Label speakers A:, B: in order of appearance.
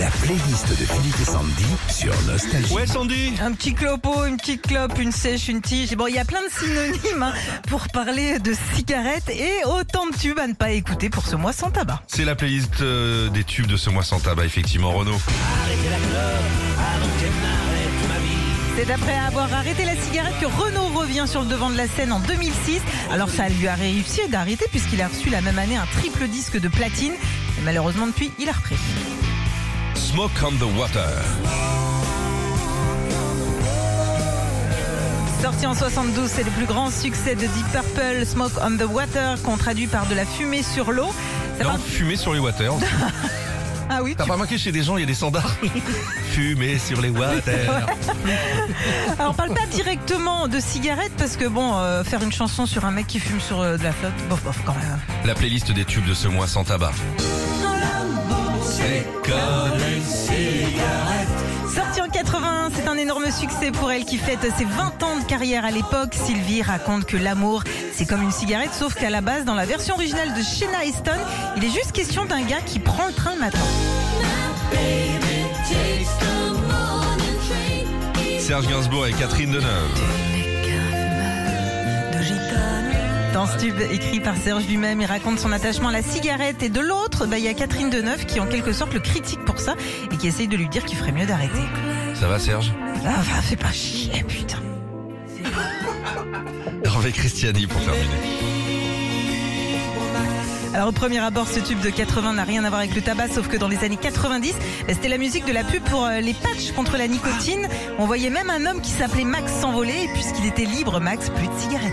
A: La playlist de Philippe et Sandy sur Nostalgie.
B: Ouais, Sandy
C: Un petit clopo, une petite clope, une sèche, une tige. Bon, il y a plein de synonymes hein, pour parler de cigarettes et autant de tubes à ne pas écouter pour ce mois sans tabac.
B: C'est la playlist euh, des tubes de ce mois sans tabac, effectivement, Renaud.
C: C'est après avoir arrêté la cigarette que Renaud revient sur le devant de la scène en 2006. Alors ça lui a réussi d'arrêter puisqu'il a reçu la même année un triple disque de platine. Et malheureusement depuis, il a repris.
B: Smoke on the Water.
C: Sorti en 72, c'est le plus grand succès de Deep Purple, Smoke on the Water, qu'on traduit par de la fumée sur l'eau. Ça
B: Non,
C: parle-
B: fumer sur les water.
C: Ah oui,
B: T'as pas remarqué chez des gens, il y a des standards Fumer sur les water.
C: Alors, on parle pas directement de cigarettes parce que bon, euh, faire une chanson sur un mec qui fume sur euh, de la flotte, bof, bof, quand même.
B: La playlist des tubes de ce mois sans tabac. C'est comme une
C: Sorti en 81, c'est un énorme succès pour elle qui fête ses 20 ans de carrière à l'époque. Sylvie raconte que l'amour, c'est comme une cigarette, sauf qu'à la base, dans la version originale de Shena Easton, il est juste question d'un gars qui prend le train le matin.
B: Serge Gainsbourg et Catherine Deneuve.
C: Dans ce tube écrit par Serge lui-même, il raconte son attachement à la cigarette et de l'autre, bah, il y a Catherine Deneuve qui en quelque sorte le critique pour ça et qui essaye de lui dire qu'il ferait mieux d'arrêter.
B: Ça va, Serge
C: Ah, bah, fais pas chier, putain.
B: Hervé Christiani pour terminer.
C: Alors au premier abord, ce tube de 80 n'a rien à voir avec le tabac, sauf que dans les années 90, bah, c'était la musique de la pub pour euh, les patchs contre la nicotine. On voyait même un homme qui s'appelait Max s'envoler, et puisqu'il était libre, Max, plus de cigarettes.